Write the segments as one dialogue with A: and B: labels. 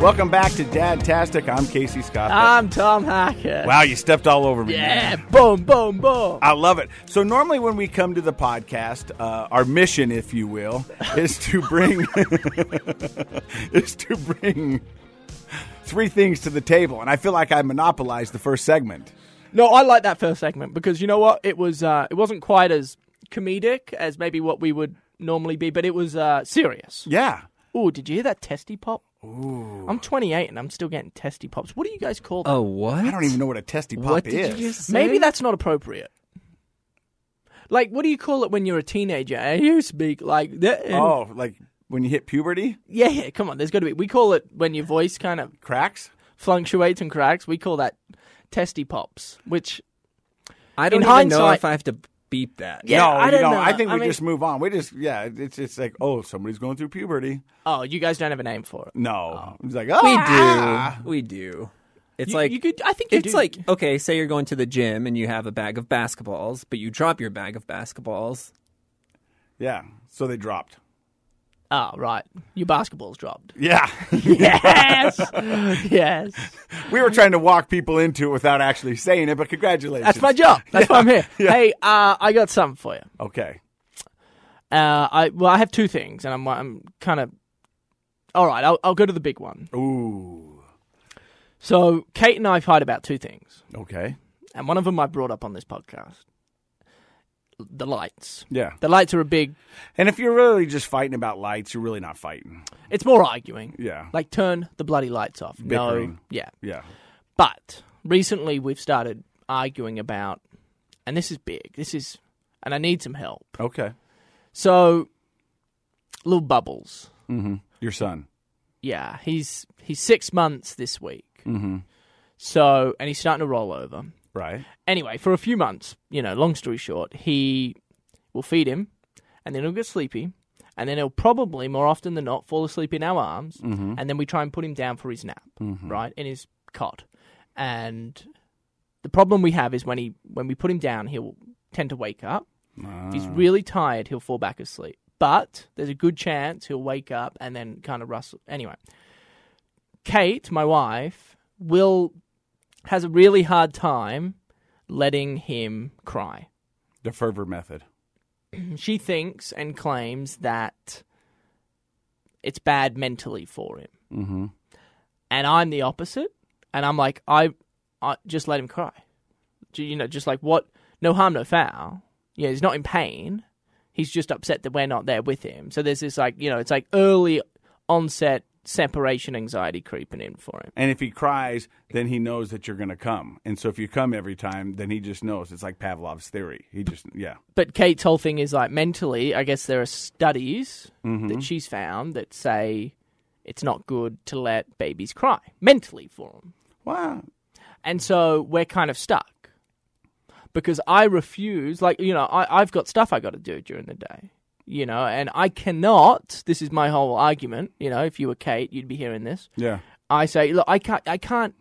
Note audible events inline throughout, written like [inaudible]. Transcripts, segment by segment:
A: Welcome back to Dadtastic. I'm Casey Scott.
B: I'm Tom Hackett.
A: wow, Uh, you stepped all over me.
B: Ah. Yeah, boom, boom, boom.
A: I love it. So normally when we come to the podcast, uh, our mission, if you will, is to bring [laughs] is to bring three things to the table, and I feel like I monopolized the first segment.
B: No, I like that first segment because you know what? It was uh, it wasn't quite as comedic as maybe what we would normally be, but it was uh, serious.
A: Yeah,
B: Oh, did you hear that testy pop? Ooh. I'm 28 and I'm still getting testy pops. What do you guys call that?
C: Oh, what?
A: I don't even know what a testy pop
C: What
A: is.
C: did you just say?
B: Maybe that's not appropriate. Like, what do you call it when you're a teenager and you speak like that? and-
A: oh, like when you hit puberty,
B: Yeah, yeah, come on. There's got to be. We call it when your voice kind of
A: cracks.
B: fluctuates and cracks. We call that testy pops, which
C: I don't
B: in
C: even know
B: hindsight-
C: if I have to beep that.
B: Yeah.
A: no,
B: I
A: you
B: don't
A: know,
B: know.
A: I think
B: I
A: we
B: mean-
A: just move on. We just yeah, it's it's like oh, somebody's going through puberty.
B: oh, you guys don't have a name for it.
A: No, it's like
C: we
A: ah!
C: do. We do. It's
B: You-
C: like
B: you could- I think you
C: it's
B: do.
C: like okay. Say you're going to the gym and you have a bag of basketballs, but you drop your bag of basketballs.
A: Yeah, so they dropped.
B: Oh, right. Your
A: [laughs]
B: basketball's dropped.
A: Yeah,
B: Yes. yes.
A: we were trying to walk people into it without actually saying it, but congratulations.
B: That's my job. That's why I'm here. Hey, uh, I got something for you.
A: Okay.
B: Uh, I well, I have two things, and I'm I'm kind of all right. I'll I'll go to the big one.
A: Ooh.
B: So Kate and I've heard about two things,
A: Okay.
B: and one of them I brought up on this podcast. The lights.
A: Yeah.
B: The lights are a big.
A: And if you're really just fighting about lights, you're really not fighting.
B: It's more arguing.
A: Yeah.
B: Like turn the bloody lights off. No.
A: Bickering.
B: Yeah.
A: Yeah.
B: But recently we've started arguing about, and this is big. This is, and I need some help.
A: Okay.
B: So, little bubbles.
A: Your son.
B: Yeah, he's he's six months this week. Mm-hmm. So, and he's starting to roll over.
A: Right.
B: Anyway, for a few months, you know, long story short, he will feed him, and then he'll get sleepy, and then he'll probably more often than not fall asleep in our arms, and then we try and put him down for his nap, right, in his cot. And the problem we have is when he when we put him down, he'll tend to wake up. If he's really tired, he'll fall back asleep. But there's a good chance he'll wake up and then kind of rustle. Anyway, Kate, my wife, will has a really hard time letting him cry.
A: The fervor method.
B: She thinks and claims that it's bad mentally for him.
A: Mm-hmm.
B: And I'm the opposite, and I'm like I, I just let him cry. Ju- You know, just like what no harm no foul. You know, he's not in pain. He's just upset that we're not there with him. So there's this like, you know, it's like early onset separation anxiety creeping in for him.
A: And if he cries, then he knows that you're going to come. And so if you come every time, then he just knows. It's like Pavlov's theory. He just, yeah.
B: but Kate's whole thing is like mentally, I guess there are studies that she's found that say it's not good to let babies cry mentally for them.
A: Wow.
B: And so we're kind of stuck because I refuse, like, you know, I, I've got stuff I got to do during the day, you know, and I cannot. This is my whole argument. You know, if you were Kate, you'd be hearing this.
A: Yeah.
B: I say, look, I can't, I can't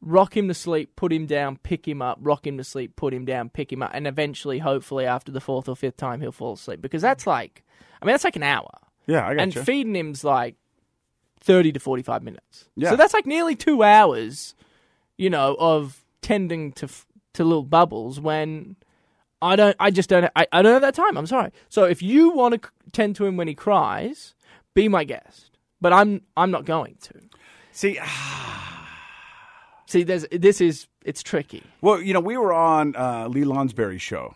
B: rock him to sleep, put him down, pick him up, rock him to sleep, put him down, pick him up, and eventually, hopefully, after the fourth or fifth time, he'll fall asleep because that's like, I mean, that's like an hour,
A: Yeah, I got
B: and
A: you.
B: feeding him's like thirty to forty-five minutes.
A: Yeah.
B: So that's like nearly two hours, you know, of tending to f- to little bubbles when. I don't. I just don't. I, I don't have that time. I'm sorry. So if you want to tend to him when he cries, be my guest. But I'm. I'm not going to.
A: See, [sighs]
B: See, there's this is it's tricky.
A: well, you know, we were on uh, Lee Lonsberry's show.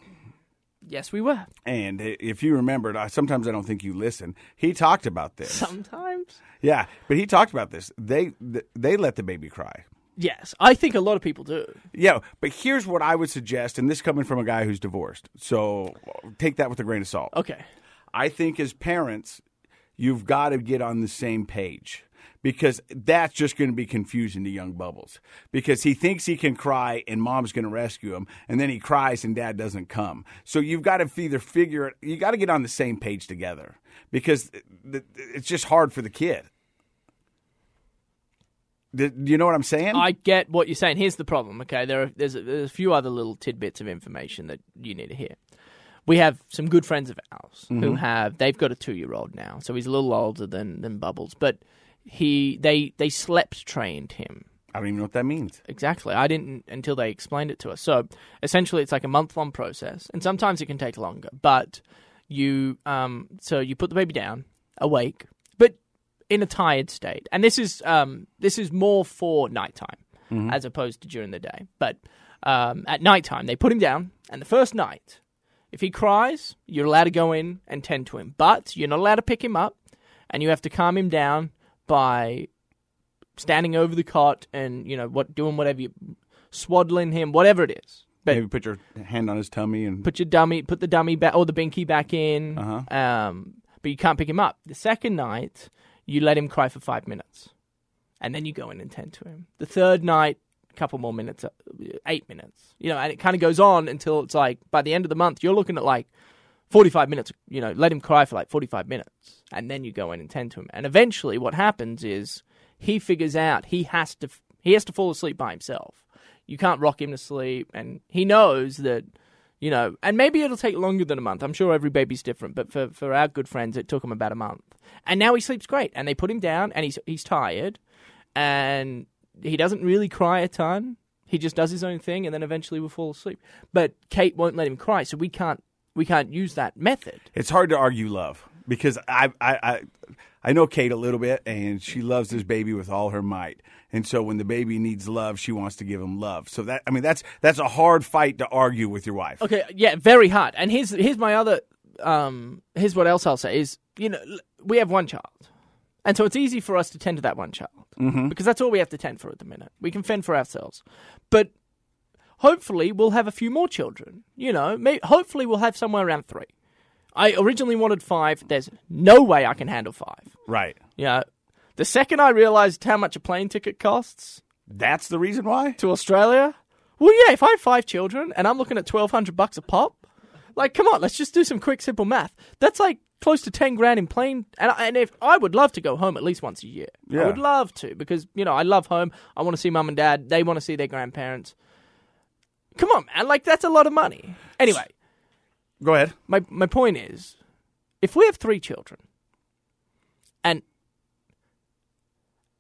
B: Yes, we were [laughs]
A: And i- if you remembered, I, sometimes I don't think you listen. He talked about this.
B: sometimes.
A: Yeah, but he talked about this. They th- they let the baby cry.
B: Yes, I think a lot of people do.
A: Yeah, but here's what I would suggest, and this coming from a guy who's divorced, so take that with a grain of salt.
B: Okay,
A: I think as parents, you've got to get on the same page because that's just going to be confusing to young Bubbles because he thinks he can cry and mom's going to rescue him, and then he cries and dad doesn't come. So you've got to either figure it, you got to get on the same page together because th- th- it's just hard for the kid. Th- Do you know what I'm saying?
B: I get what you're saying. Here's the problem. Okay, there are there's a, there's a few other little tidbits of information that you need to hear. We have some good Mm-hmm. friends of ours who have they've got a two year old now, so he's a little older than than Bubbles, but he they they slept trained him.
A: I don't even know what that means.
B: Exactly. I didn't until they explained it to us. So essentially, it's like a month long process, and sometimes it can take longer. But you, um, so you put the baby down, awake, but in a tired state, and this is um, this is more for nighttime as opposed to during the day. But um, at nighttime, they put him down, and the first night, if he cries, you're allowed to go in and tend to him, but you're not allowed to pick him up, and you have to calm him down by standing over the cot and you know what doing whatever you swaddling him whatever it is but
A: Maybe put your hand on his tummy and
B: put your dummy put the dummy back or the binky back in um, but you can't pick him up the second night you let him cry for five minutes and then you go in and tend to him the third night a couple more minutes uh, eight minutes you know and it kind of goes on until it's like by the end of the month you're looking at like 45 minutes, you know, let him cry for like 45 minutes and then you go in and tend to him. And eventually what happens is he figures out he has to he has to fall asleep by himself. You can't rock him to sleep and he knows that you know, and maybe it'll take longer than a month. I'm sure every baby's different, but for, for our good friends, it took him about a month. And now he sleeps great. And they put him down, and he's he's tired, and he doesn't really cry a ton. He just does his own thing, and then eventually will fall asleep. But Kate won't let him cry, so we can't we can't use that method.
A: it's hard to argue love because I, I I I know Kate a little bit and she loves this baby with all her might. And so when the baby needs love, she wants to give him love. So that I mean that's that's a hard fight to argue with your wife.
B: Okay, yeah, very hard. And here's here's my other um here's what else I'll say is you know l- we have one child, and so it's easy for us to tend to that one child because that's all we have to tend for at the minute. We can fend for ourselves, but hopefully we'll have a few more children. You know, may, hopefully we'll have somewhere around three. I originally wanted five. There's no way I can handle five.
A: Right.
B: You know, the second I realized how much a plane ticket costs,
A: That's the reason why?
B: to Australia? Well, yeah, if I have five children and I'm looking at twelve hundred bucks a pop, like, come on, let's just do some quick, simple math. That's like close to ten grand in plane. And and if I would love to go home at least once a year,
A: Yeah.
B: I would love to because you know I love home. I want to see mum and dad. They want to see their grandparents. Come on, man, like that's a lot of money. Anyway,
A: Go ahead.
B: my my point is, if we have three children, and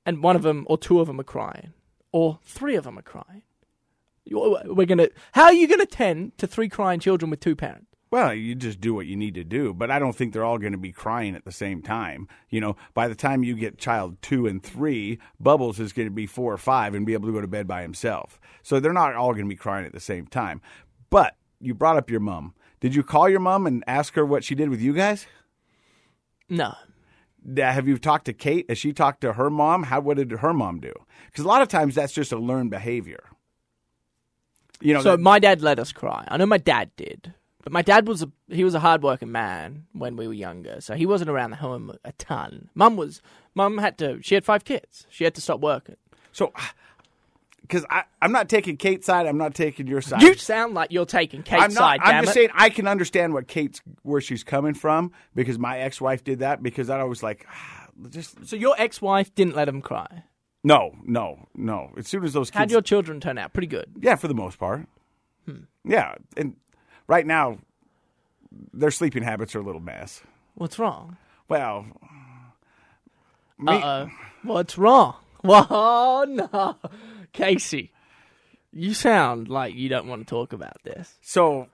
B: and one of them or two of them are crying, or three of them are crying, you- we're gonna. How are you gonna tend to three crying children with two parents?
A: Well, you just do what you need to do, but I don't think they're all going to be crying at the same time. You know, by the time you get child two and three, Bubbles is going to be four or five and be able to go to bed by himself. So they're not all going to be crying at the same time. But you brought up your mom. Did you call your mom and ask her what she did with you guys?
B: No,
A: Now, Have you talked to Kate? Has she talked to her mom? How what did her mom do? Because a lot of times that's just a learned behavior. You know,
B: so
A: that-
B: my dad let us cry. I know my dad did, but my dad was a he was a hard working man when we were younger, so he wasn't around the home a ton. Mum was mum had to she had five kids. She had to stop working.
A: so because I'm not taking Kate's side, I'm not taking your side.
B: You sound like you're taking Kate's
A: I'm not.
B: side.
A: I'm
B: damn
A: just
B: it.
A: saying I can understand what Kate's where she's coming from because my ex-wife did that because I was like, [sighs] ah, just
B: So your ex-wife didn't let him cry.
A: no, no, no. As soon as those
B: How'd
A: kids,
B: your Hmm. children turn out? Pretty good.
A: yeah, for the most part, yeah. And right now, their sleeping habits are a little mess.
B: What's wrong?
A: Well,
B: Uh
A: me,
B: oh. What's wrong? [laughs] Whoa, no, Casey, you sound like you don't want to talk about this.
A: so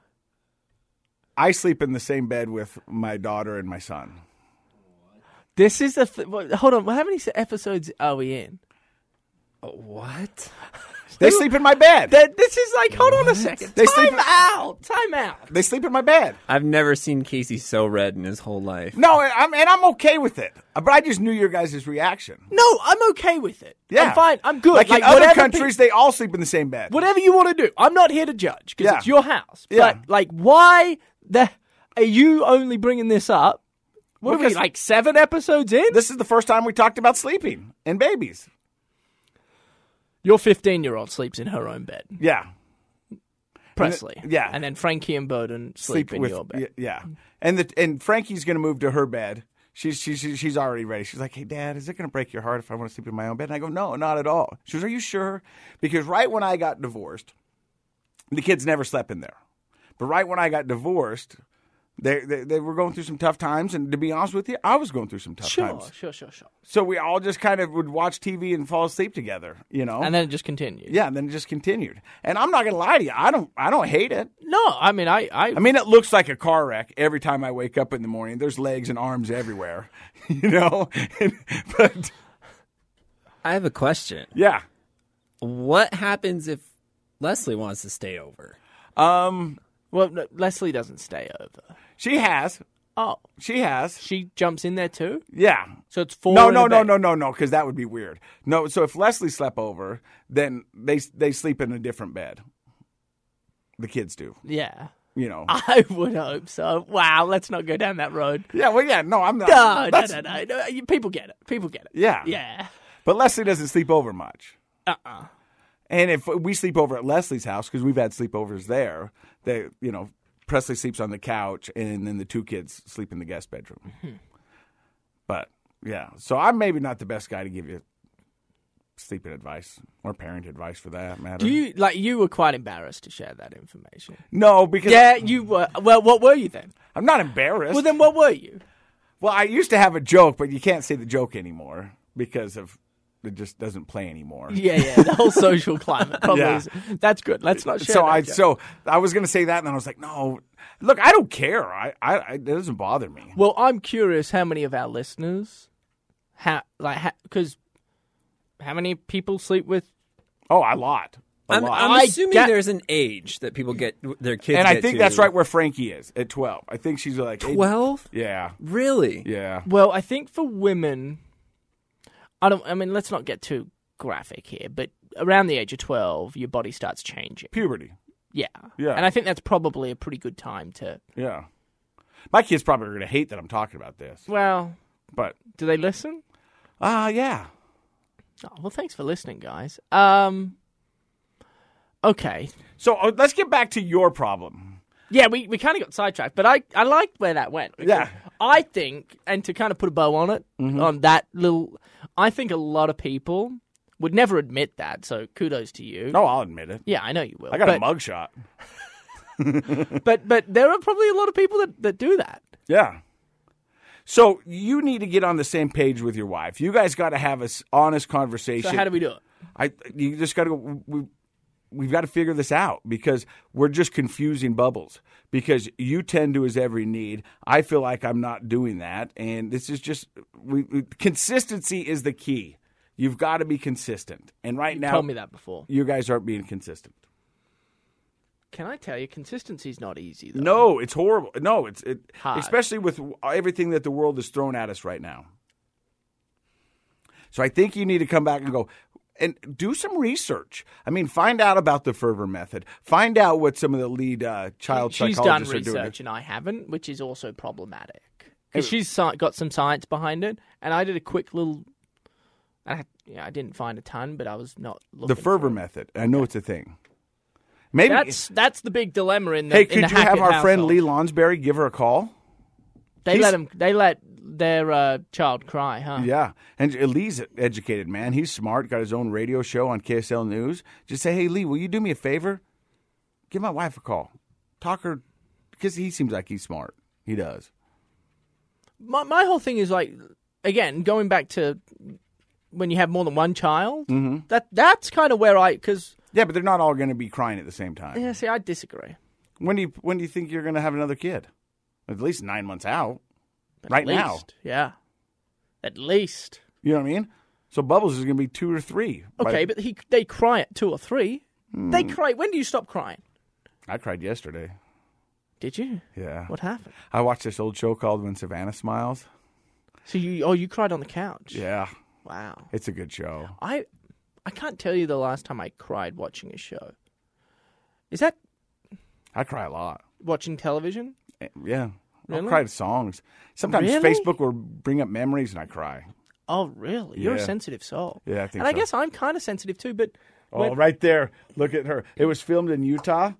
A: I sleep in the same bed with my daughter and my son.
B: This is the th- what- hold on. How many s- episodes are we in?
C: What?
A: They sleep in my bed.
B: That this is like. Hold on a second.
A: They
B: time
A: sleep-
B: out. Time out.
A: They sleep in my bed.
C: I've never seen Casey so red in his whole life.
A: No, I'm, and I'm okay with it. But I just knew your guys' reaction.
B: No, I'm okay with it.
A: Yeah,
B: I'm fine. I'm good.
A: Like, in
B: whatever
A: other
B: pe-
A: countries, they all sleep in the same bed.
B: whatever you want to do. I'm not here to judge because
A: Yeah.
B: it's your house.
A: Yeah.
B: But like, why the are you only bringing this up? What are we
A: Because-
B: like seven episodes in?
A: This is the first time we talked about sleeping and babies.
B: Your 15 year old sleeps in her own bed,
A: Yeah,
B: Presley.
A: yeah.
B: and then Frankie and Bowden sleep, in
A: with
B: your bed.
A: y- yeah. And the and Frankie's going to move to her bed. She's she's she's she's already ready. She's like, "Hey, Dad, is it going to break your heart if I want to sleep in my own bed?" And I go, "No, not at all." She goes, "Are you sure?" Because right when I got divorced, the kids never slept in there. But right when I got divorced, They, they they were going through some tough times, and to be honest with you, I was going through some tough
B: Sure,
A: times. Oh.
B: sure, sure, sure.
A: So we all just kind of would watch TV and fall asleep together, you know.
B: And then it just continued.
A: yeah, and then it just continued. And I'm not gonna lie to you, I don't I don't hate it.
B: No, I mean, I, I,
A: I mean, it looks like a car wreck every time I wake up in the morning. There's legs and arms everywhere, [laughs] you know. but
C: I have a question.
A: yeah,
C: What happens if Leslie wants to stay over?
A: um,
B: well, no, Leslie doesn't stay over.
A: she has,
B: Oh,
A: she has,
B: she jumps in there too.
A: yeah.
B: So it's four.
A: No,
B: in
A: no,
B: a
A: no,
B: bed.
A: no, no, no, because that would be weird. No, so if Leslie slept over, then they they sleep in a different bed. The kids do,
B: Yeah, [laughs]
A: you know.
B: I would hope so. Wow, let's not go down that road.
A: yeah, well, yeah, no, I'm not.
B: No, no,
A: that's-
B: no, no, no. you- People get it. People get it.
A: Yeah,
B: Yeah.
A: But Leslie doesn't sleep over much.
B: Uh uh
A: And if we sleep over at Leslie's house, because we've had sleepovers there, they, you know, Presley sleeps on the couch, and then the two kids sleep in the guest bedroom.
B: Mm-hmm.
A: But yeah, so I'm maybe not the best guy to give you sleeping advice or parent advice for that matter.
B: Do you like you were quite embarrassed to share that information?
A: no, because
B: Yeah, you were. Well, what were you then?
A: I'm not embarrassed.
B: Well, then what were you?
A: Well, I used to have a joke, but you can't say the joke anymore because of it just doesn't play anymore.
B: Yeah, yeah. The whole social climate probably.
A: Yeah.
B: Is, that's good. Let's not share.
A: so
B: that
A: I
B: joke.
A: so I was gonna say that, and then I was like, no, look, I don't care. I, I, I it doesn't bother me.
B: Well, I'm curious how many of our listeners, how like because how many people sleep with?
A: Oh, a lot, a
C: I'm,
A: lot.
C: I'm
B: I
C: assuming
B: get-
C: there's an age that people get their kids.
A: and I
C: get
A: think
C: to.
A: that's right where Frankie is at twelve. I think she's like eight-
C: Twelve?
A: Yeah,
C: Really?
A: yeah.
B: Well, I think for women, I don't. I mean, let's not get too graphic here, but around the age of twelve, your body starts changing.
A: Puberty.
B: Yeah,
A: Yeah.
B: And I think that's probably a pretty good time to.
A: Yeah. My kids probably are gonna hate that I'm talking about this,
B: Well,
A: but
B: do they listen?
A: ah, yeah.
B: Oh, well, thanks for listening, guys. Um. Okay.
A: So uh, let's get back to your problem.
B: Yeah, we, we kind of got sidetracked, but I, I liked where that went. because
A: Yeah. Mm-hmm.
B: I think, and to kind of put a bow on it, on that little, I think a lot of people would never admit that, so kudos to you.
A: No, I'll admit it.
B: Yeah, I know you will.
A: I got
B: but,
A: a mugshot.
B: But, but there are probably a lot of people that, that do that.
A: Yeah. So you need to get on the same page with your wife. You guys got to have an honest
B: So
A: conversation.
B: how do we do it?
A: I you just got to go. We, we've got to figure this out because we're just confusing bubbles. Because you tend to his every need. I feel like I'm not doing that, and this is just we, we- consistency is the key. You've got to be consistent, and right now,
B: Told me that before.
A: you guys aren't being consistent.
B: Can I tell you, consistency's not easy, though.
A: No, it's horrible. No, it's it,
B: Hard.
A: especially with everything that the world has thrown at us right now. So I think you need to come back and go and do some research. I mean, find out about the fervor method. Find out what some of the lead uh, child
B: She's done
A: psychologists are doing.
B: research and I haven't, which is also problematic. Because she's sci- got some science behind it, and I did a quick little. I, had- yeah, I didn't find a ton, but I was not looking.
A: The
B: for
A: fervor
B: it.
A: method. I know it's a thing. Maybe
B: That's that's the big dilemma in the.
A: hey,
B: in
A: could
B: the
A: you have
B: Hackett
A: our friend
B: household.
A: Lee Lonsberry give her a call?
B: They
A: he's-
B: let him. They let their uh, child cry, huh?
A: Yeah, and Lee's educated man. He's smart. Got his own radio show on KSL News. Just say, hey, Lee, will you do me a favor? Give my wife a call. Talk her because he seems like he's smart. He does.
B: My my whole thing is like, again, going back to when you have more than one child.
A: Mm-hmm.
B: That that's kind of where I because
A: Yeah, but they're not all going to be crying at the same time.
B: yeah. See, I disagree.
A: When do you when do you think you're going to have another kid? At least nine months out.
B: At
A: Right now.
B: least, yeah. At least.
A: You know what I mean? So Bubbles is going to be two or three. by-
B: Okay, but he they cry at two or three. They cry. When do you stop crying?
A: I cried yesterday.
B: Did you?
A: Yeah,
B: What happened?
A: I watched this old show called When Savannah Smiles.
B: So you oh you cried on the couch.
A: Yeah,
B: Wow.
A: it's a good show.
B: I I can't tell you the last time I cried watching a show. Is that
A: I cry a lot.
B: watching television?
A: Yeah. I'll
B: Really?
A: cry to songs. Sometimes
B: Really?
A: Facebook will bring up memories and I cry.
B: Oh, really? You're
A: Yeah.
B: a sensitive soul.
A: Yeah, I think
B: And I
A: so.
B: guess I'm kind of sensitive too, but
A: Oh, right there. Look at her. It was filmed in Utah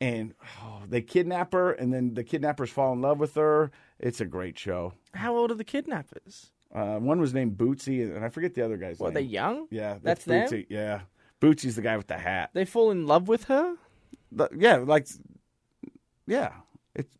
A: and oh, they kidnap her and then the kidnappers fall in love with her. It's a great show.
B: how old are the kidnappers?
A: Uh, one was named Bootsy and I forget the other guy's
B: Well, are they
A: name.
B: young?
A: yeah,
B: That's them?
A: Bootsy. Yeah. Bootsy's the guy with the hat.
B: They fall in love with her?
A: The- yeah, like yeah. It's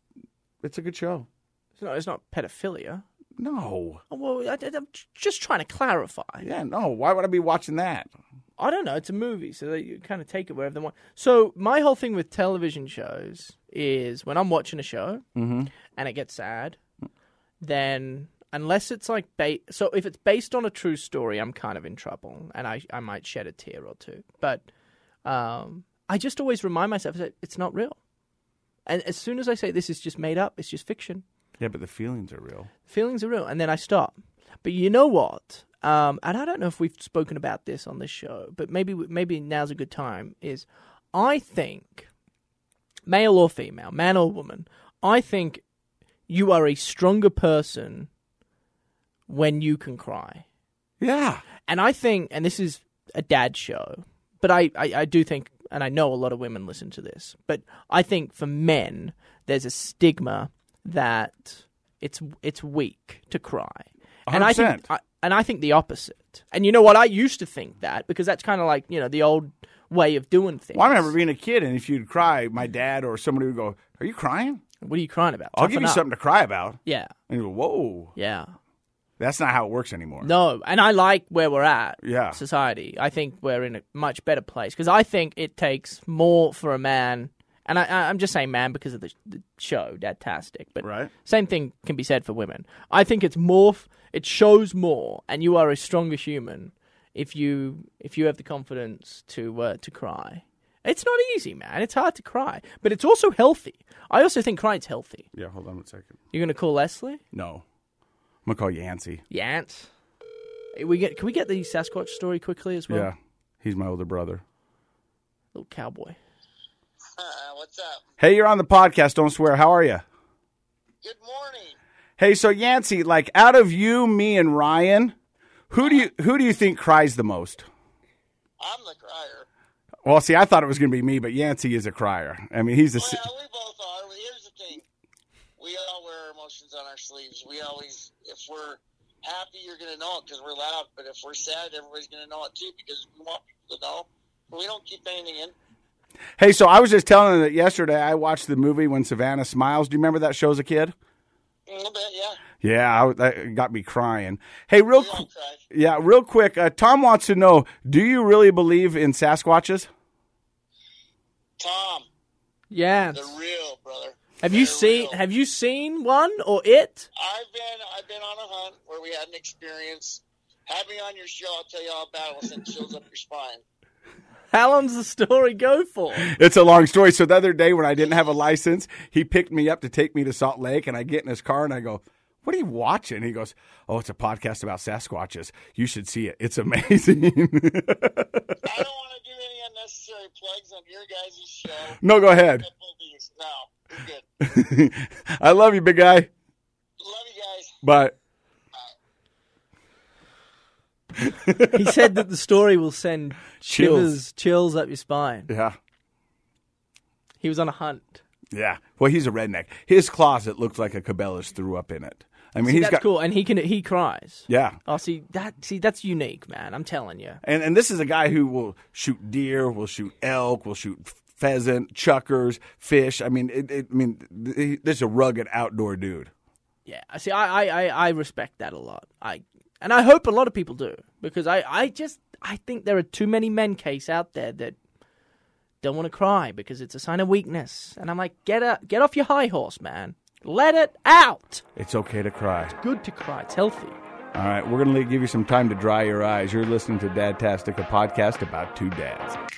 A: It's a good show.
B: It's not, it's not pedophilia.
A: No.
B: Oh, Well, I, am just trying to clarify.
A: Yeah, no. Why would I be watching that?
B: I don't know. It's a movie, so they you kind of take it wherever they want. So my whole thing with television shows is when I'm watching a show and it gets sad, then unless it's like ba- so if it's based on a true story, I'm kind of in trouble, and I I might shed a tear or two. But um, I just always remind myself that it's not real. And as soon as I say this is just made up, it's just fiction,
A: Yeah, but the feelings are real.
B: feelings are real and then i stop but you know what um, and i don't know if we've spoken about this on this show but maybe maybe now's a good time is i think male or female man or woman i think you are a stronger person when you can cry
A: Yeah.
B: and i think and this is a dad show but I, I i do think and i know a lot of women listen to this but i think for men there's a stigma that it's it's weak to cry and i think
A: 100%.
B: I, and i think the opposite and you know what i used to think that because that's kind of like you know the old way of doing things
A: Well, I remember being a kid, and if you'd cry, my dad or somebody would go, Are you crying?
B: what are you crying about
A: I'll give
B: Toughen
A: you
B: up.
A: something to cry about.
B: yeah
A: And you go, Whoa.
B: yeah
A: That's not how it works anymore.
B: No, and I like where we're at.
A: Yeah.
B: Society. I think we're in a much better place because I think it takes more for a man, and I- I, I'm just saying man because of the, the show, Dadtastic. But
A: Right.
B: same thing can be said for women. I think it's more. f- It shows more, and you are a stronger human if you if you have the confidence to uh, to cry. It's not easy, man. It's hard to cry, but it's also healthy. I also think crying's healthy.
A: Yeah, hold on a second.
B: You're gonna call Leslie?
A: No. I'm going to call Yancey.
B: Yant. We get, can we get the Sasquatch story quickly as well?
A: Yeah. He's my older brother.
B: Little cowboy.
D: Uh, what's up?
A: Hey, you're on the podcast. Don't swear. How are you?
D: Good morning.
A: Hey, so Yancey, like out of you, me, and Ryan, who do you who do you think cries the most?
D: I'm the crier.
A: Well, see, I thought it was going to be me, but Yancey is a crier. I mean, he's a s-
D: Well, we both are. Here's the thing: we all wear our emotions on our sleeves. We always, if we're happy, you're going to know it because we're loud. But if we're sad, everybody's going to know it too because we want people to know. But we don't keep anything in.
A: Hey, so I was just telling her that yesterday I watched the movie When Savannah Smiles. Do you remember that show as a kid?
D: A little bit, Mm, yeah.
A: Yeah, I, was- that got me crying. Hey, real
D: We all
A: qu-
D: cry.
A: yeah, real quick. Uh, Tom wants to know: Do you really believe in Sasquatches?
D: Tom,
B: Yeah.
D: the real brother.
B: Have you
D: They're
B: seen
D: real.
B: Have you seen one or it?
D: I've been I've been on a hunt where we had an experience. Have me on your show. I'll tell you all about it. We'll send chills up your spine.
B: How long's the story go for?
A: [laughs] It's a long story. So the other day when I didn't have a license, he picked me up to take me to Salt Lake, and I get in his car and I go, "What are you watching?" He goes, "Oh, it's a podcast about Sasquatches. You should see it. It's [laughs] amazing."
D: I don't want to do any unnecessary plugs on your guys' show.
A: no, go ahead. [laughs]
D: Couple of these. No, we're good.
A: I love you, big guy.
D: Love you guys.
A: But
B: he said that the story will send
A: Chills.
B: shivers, chills up your spine.
A: yeah.
B: He was on a hunt.
A: Yeah. Well, he's a redneck. His closet looks like a Cabela's threw up in it. I mean,
B: See,
A: he's
B: that's
A: got
B: cool, and he can he cries.
A: yeah.
B: Oh, see that see that's unique, man. I'm telling you.
A: And and this is a guy who will shoot deer, will shoot elk, will shoot pheasant, chuckers, fish. I mean, it, it, I mean, th- th- this is a rugged outdoor dude.
B: Yeah, I see. I, I, I, I respect that a lot. I and I hope a lot of people do because I, I just I think there are too many men case out there that don't want to cry because it's a sign of weakness. And I'm like, get up, get off your high horse, man. Let it out.
A: It's okay to cry.
B: Good to cry. It's healthy.
A: All right, we're going to give you some time to dry your eyes. You're listening to Dadtastic, a podcast about two dads.